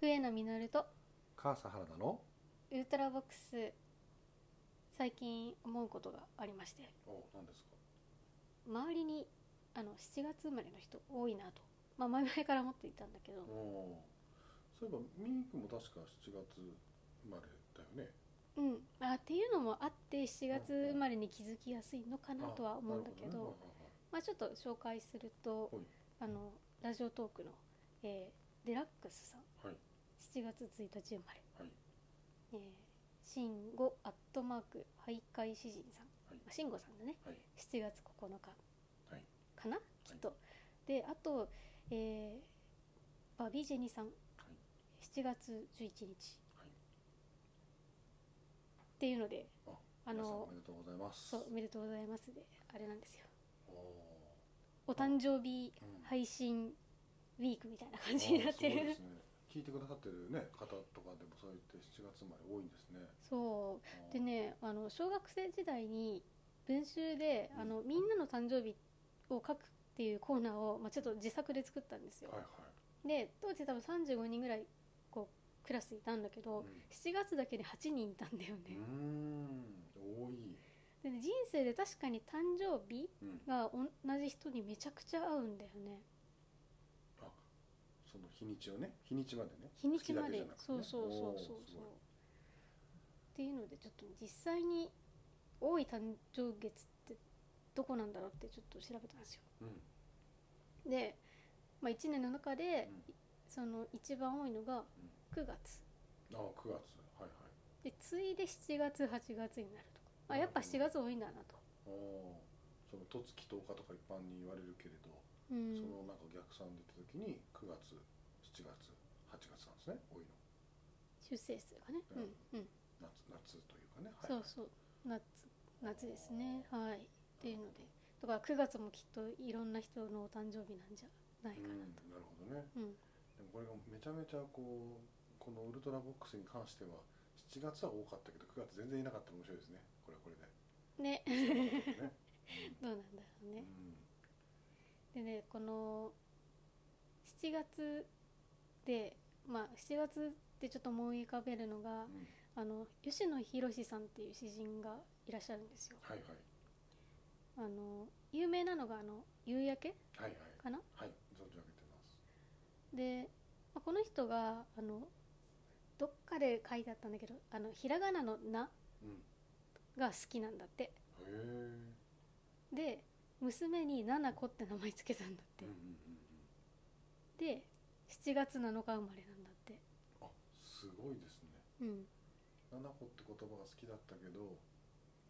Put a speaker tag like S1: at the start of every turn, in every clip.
S1: 笛野実と
S2: 母さん原田の
S1: ウルトラボックス最近思うことがありまして
S2: お何ですか
S1: 周りにあの7月生まれの人多いなと、まあ、前々から思っていたんだけど
S2: おそういえばミークも確か7月生まれだよね
S1: うんあっていうのもあって7月生まれに気づきやすいのかなとは思うんだけど
S2: なるほね
S1: まあ、ちょっと紹介すると
S2: はい
S1: あのラジオトークの、えーデラックスさん
S2: はいはい
S1: 7月1日生まれ、
S2: はい
S1: えー、慎吾アットマーク徘徊詩人さん
S2: はい
S1: 慎吾さんだね
S2: はい
S1: 7月9日
S2: はい
S1: かなきっと、であと、えーバビジェニさん
S2: はい
S1: 7月11日
S2: は
S1: っ
S2: い
S1: ていうので
S2: あ
S1: あ
S2: 皆さんお
S1: の
S2: めでとうございます
S1: そうおめでとうございますであれなんですよ
S2: おお
S1: お誕生日
S2: うん
S1: 配信ウィークみたいな
S2: ー
S1: 感じになって
S2: あーすごいで
S1: る
S2: すね聞いてくださってるね方とかでもそう言って7月生まれ多いんですね
S1: そ
S2: あー
S1: うでねあの小学生時代に文集であのみんなの誕生日を書くっていうコーナーを、まあ、ちょっと自作で作ったんですよ、
S2: はいはい
S1: で当時多分35人ぐらいこうクラスいたんだけど、
S2: うん
S1: 7月だけで8人いたんだよ
S2: うー
S1: ね、
S2: ん多い
S1: でね人生で確かに誕生日
S2: うん
S1: が同じ人にめちゃくちゃ合うんだよね
S2: あその日にちをね日にちまでね
S1: 日にちま
S2: 月だけじ
S1: で、
S2: ゃなくて
S1: そ
S2: ね
S1: うそうそうそう
S2: おーす
S1: そう
S2: ごい
S1: っていうのでちょっと実際に多い誕生月ってどこなんだろうってちょっと調べたんですよ
S2: うん
S1: で、まあ、1年の中で、
S2: うん
S1: その一番多いのが
S2: うん
S1: 9月
S2: ああ9月はいはい
S1: で次いで7月8月になるとあやっぱ7月多いんだなと、
S2: ああその十月10日とか一般に言われるけれど、
S1: う
S2: そ
S1: ん、
S2: のなんか逆算で言った時に9月7月8月なんですね多いの
S1: 出生数がね、うんうん
S2: 夏夏というかね、はい、
S1: そうそう夏夏ですねはいっていうのでだから9月もきっといろんな人のお誕生日なんじゃないか
S2: う
S1: な、
S2: んなるほどね
S1: うん、
S2: でもこれがめちゃめちゃこうこのウルトラボックスに関しては7月は多かったけど9月全然いなかったら面白いですねこれはこれで、
S1: ね
S2: ね
S1: どうなんだろう
S2: う
S1: ね、
S2: ん、
S1: でねこの7月でまあ7月でちょっと思い浮かべるのが、
S2: うん、
S1: あの吉野博さんっていう詩人がいらっしゃるんですよ
S2: はいはい
S1: あの有名なのがあの夕焼け
S2: はいはい
S1: かな
S2: はい存じ上げてます
S1: で、まあこの人があのどっかで書いてあったんだけどあのひらがなの「な
S2: うん」
S1: が好きなんだって
S2: へえうん
S1: で娘に「ななこ」って名前つけたんだっ
S2: う
S1: て、
S2: んうんうん
S1: で7月7日生まれなんだって
S2: あすごいですね
S1: うん
S2: 七子って言葉が好きだったけど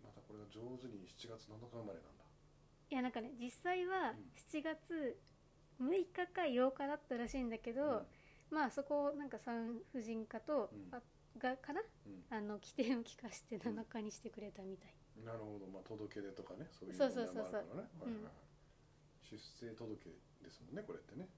S2: またこれが上手に7月7日生まれなんだ
S1: いやなんかね実際は
S2: うん
S1: 7月6日か8日だったらしいんだけど、まあそこをなんか産婦人科と、
S2: うん
S1: あがかな
S2: うん、
S1: あの起点を聞かせて7日にしてくれたみたい、
S2: うん、なるほどまあ届け出とかねそういう
S1: そうそうそうそう
S2: 問題もあるからね
S1: うん
S2: はいはいはい出生届ですもんねこれってね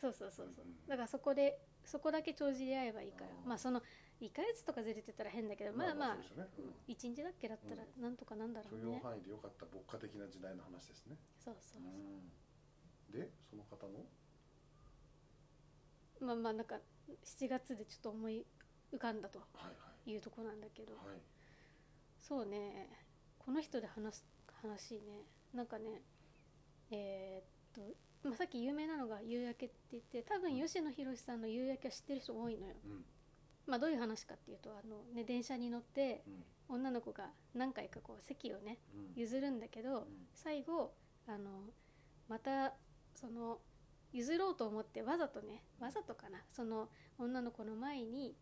S1: そうそうそうそう、
S2: うんうん
S1: だからそこでそこだけ帳尻合えばいいから
S2: あー
S1: まあその1ヶ月とかずれてたら変だけどまあまあ
S2: そうでしょうね、
S1: 1日だっけだったらなんとかなんだろうん
S2: う、
S1: ね、
S2: 許容範囲で良かった牧歌的な時代の話ですね
S1: そうそうそう、
S2: うんでその方の
S1: まあまあなんか7月でちょっと思い浮かんだと
S2: はいはい
S1: いうとこなんだけど、
S2: はい
S1: そうねこの人で話す話ねなんかねえーっと、まあ、さっき有名なのが「夕焼け」って言って多分吉野博さんの「夕焼け」は知ってる人多いのよ、
S2: うん
S1: まあ、どういう話かっていうとあの、ね、電車に乗って
S2: うん
S1: 女の子が何回かこう席をね
S2: うん
S1: 譲るんだけど、
S2: うん
S1: 最後あのまたその譲ろうと思ってわざとねわざとかなその女の子の前に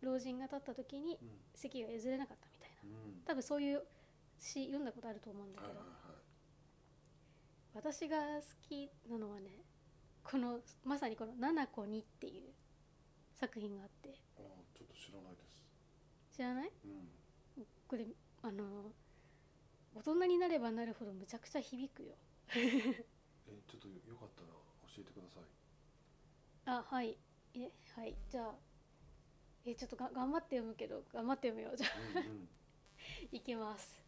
S1: 老人が立った時に
S2: うん
S1: 席が譲れなかったみたいな
S2: うんうん
S1: 多分そういう詩読んだことあると思うんだ
S2: はい
S1: け
S2: は
S1: ど、
S2: いはい
S1: 私が好きなのはねこのまさにこの「七子に」っていう作品があって
S2: ああちょっと知らないです
S1: 知らない
S2: うん
S1: これあの大人になればなるほどむちゃくちゃ響くよ
S2: えちょっとよかったら教えてください
S1: あはいえはいじゃあえちょっとが頑張って読むけど頑張って読むよじゃあ
S2: うん
S1: いきます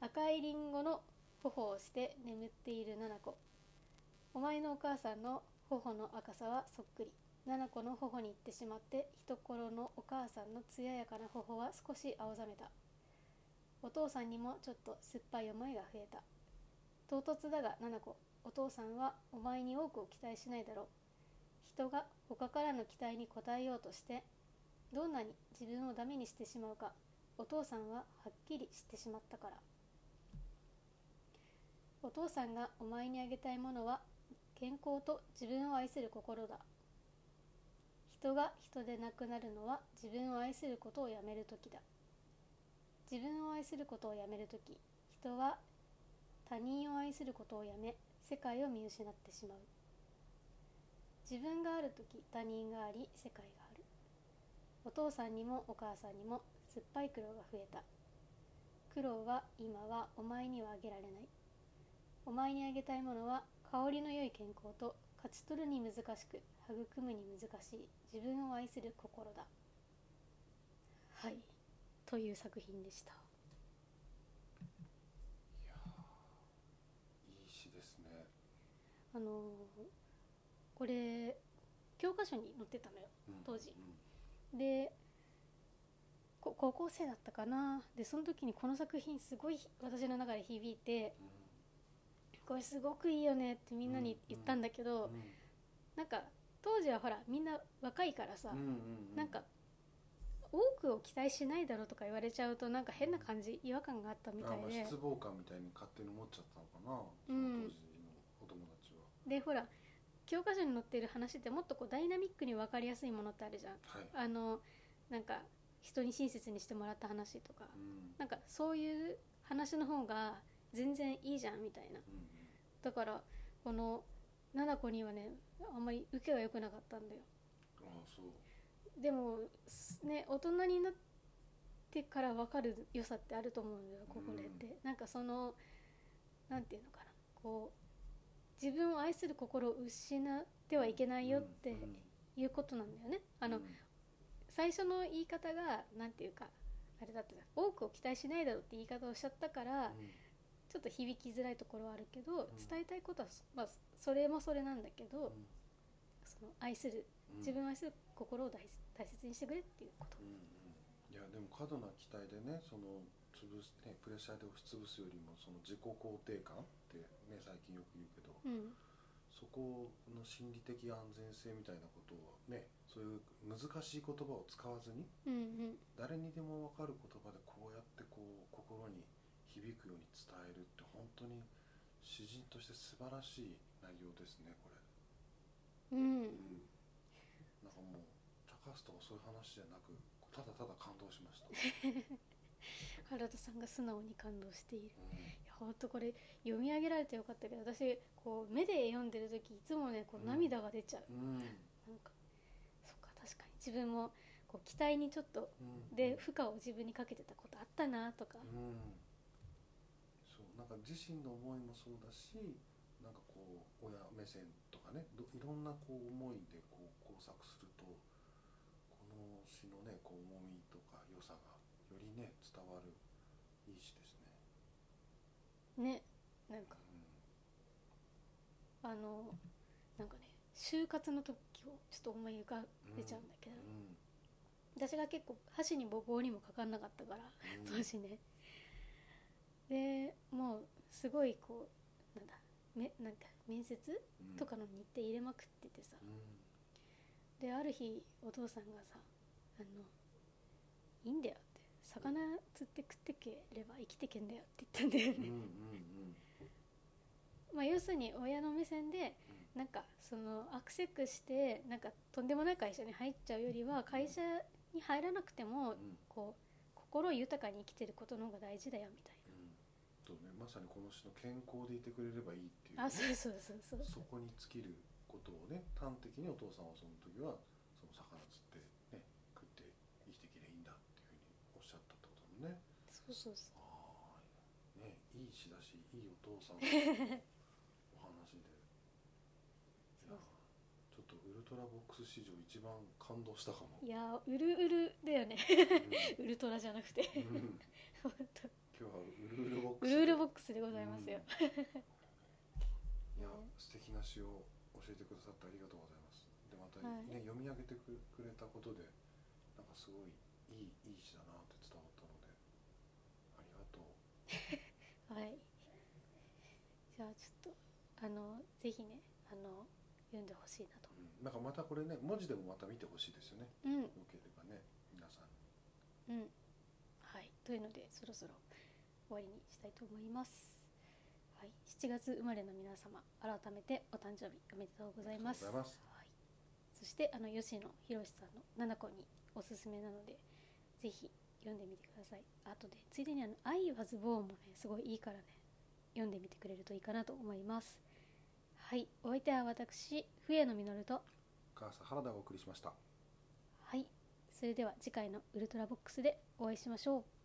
S1: 赤いリンゴの頬をして眠っている七子お前のお母さんの頬の赤さはそっくり七子の頬に行ってしまって一頃のお母さんの艶やかな頬は少し青ざめたお父さんにもちょっと酸っぱい思いが増えた唐突だが七子お父さんはお前に多くを期待しないだろう人が他からの期待に応えようとしてどんなに自分をダメにしてしまうかお父さんははっきり知ってしまったからお父さんがお前にあげたいものは健康と自分を愛する心だ人が人でなくなるのは自分を愛することをやめるときだ自分を愛することをやめるとき人は他人を愛することをやめ世界を見失ってしまう自分があるとき他人があり世界があるお父さんにもお母さんにも酸っぱい苦労が増えた苦労は今はお前にはあげられないお前にあげたいものは香りの良い健康と勝ち取るに難しく育むに難しい自分を愛する心だはいという作品でした
S2: いい詩ですね
S1: あのーこれ教科書に載ってたのよ
S2: うん
S1: 当時
S2: うん
S1: でこ高校生だったかなでその時にこの作品すごい私の中で響いてこれすごくいいよねってみんなに言ったんだけど、
S2: うんうん
S1: なんか当時はほらみんな若いからさ、
S2: うんうんう
S1: なんか多くを期待しないだろうとか言われちゃうとなんか変な感じ違和感があったみたい
S2: あまあ
S1: で
S2: 失望感みたいに勝手に思っちゃったのかな、
S1: うん
S2: その当時のお友達は
S1: でほら教科書に載ってる話ってもっとこうダイナミックに分かりやすいものってあるじゃん
S2: はい、
S1: あのなんか人に親切にしてもらった話とか
S2: うん
S1: なんかそういう話の方が全然いいじゃんみたいな
S2: うん
S1: だからこの七子にはねあんまり受けが良くなかったんだよ
S2: うん、ああそう
S1: でもすね大人になってから分かる良さってあると思うんだよここでって、なんかそのなんていうのかなこう自分を愛する心を失ってはいけないよって
S2: うんうん
S1: いうことなんだよね、あの
S2: うん
S1: 最初の言い方がなんていうかあれだったじゃん多くを期待しないだろうって言い方をしちゃったから、
S2: うん
S1: ちょっと響きづらいところはあるけど、
S2: ん
S1: 伝えたいことはそ、まあ、それもそれなんだけど、その愛する
S2: うん
S1: 自分を愛する心を大切大切にしてくれっていうこと
S2: う。んうんいやでも過度な期待でねその潰すねプレッシャーで押し潰すよりもその自己肯定感ってね最近よく言うけど、
S1: うん
S2: そこの心理的安全性みたいなことをねそういう難しい言葉を使わずに
S1: うんうん
S2: 誰にでも分かる言葉でこうやってこう心に響くように伝えるって本当に詩人として素晴らしい内容ですねこれ、
S1: うん
S2: うん、なんかもう高須とかそういう話じゃなくただただ感動し ました、
S1: 原田さんが素直に感動しているい
S2: うん
S1: やほんとこれ読み上げられてよかったけど私こう目で読んでる時いつもねこ
S2: う
S1: うん涙が出ちゃう、
S2: うん
S1: なんかそっか確かに自分もこう期待にちょっと
S2: うん、
S1: で負荷を自分にかけてたことあったなとか
S2: うん、そうなんか自身の思いもそうだしなんかこう親目線とかねどいろんなこう思いでこう工作するとこの詩のねこう重みとか良さがよりね伝わるいい詩ですね。
S1: ねなんか
S2: う
S1: あのなんかね就活の時をちょっと思い浮かべちゃうんだけど、
S2: ん
S1: 私が結構箸にも棒にもかかんなかったから
S2: うん
S1: 当時ねでもうすごいこうなんだめなんか面接
S2: うん
S1: とかの日程入れまくっててさ
S2: うん
S1: である日お父さんがさ「あのいいんだよ」って「魚釣って食ってければ生きてけんだよ」って言ったんだよ
S2: うん
S1: ね、
S2: うん
S1: まあ要するに親の目線でなんかそのアクセクしてなんかとんでもない会社に入っちゃうよりは会社に入らなくても
S2: うんうん
S1: こう心豊かに生きてることの方が大事だよみたい
S2: うんそうねまさにこの詩の健康でいてくれればいいっていうね、
S1: なあそうそうそうそう
S2: そこに尽きることをね端的にお父さんはその時はその魚釣ってね食って生きてきればいいんだっていうふうにおっしゃったってこともね
S1: そうそうそ
S2: ああねいい詩だしいいお父さんのお話でい
S1: そ
S2: や
S1: う
S2: ちょっとウルトラボックス史上一番感動したかも
S1: ういやーうるうるだよね
S2: う
S1: ウルトラじゃなくて
S2: ん うん
S1: ほんと
S2: 今日はウルウルボック
S1: う
S2: ス
S1: るうる
S2: ッ
S1: ボックスでございますよ、
S2: いや素敵な詩を教えてくださってありがとうございますでまた、
S1: はい
S2: ね、読み上げてくくれたことでなんかすごいいいいい詩だなって伝わったのでありがとう
S1: はい。じゃあちょっとあのぜひねあの読んでほしいなと。
S2: うんなんかまたこれね文字でもまた見てほしいですよね
S1: うん
S2: よければね皆さんに
S1: うん。はい。というのでそろそろ終わりにしたいと思います。はい。7月生まれの皆様改めてお誕生日おめでとうございます。
S2: ありがとうございます
S1: はい。そしてあの吉野博さんの七子におすすめなのでぜひ読んでみてください。あとでついでにあの愛はズボンもねすごいいいからね読んでみてくれるといいかなと思います。はい。お相手は私笛野実と
S2: 母さん原田がお送りしました
S1: はい。それでは次回のウルトラボックスでお会いしましょう。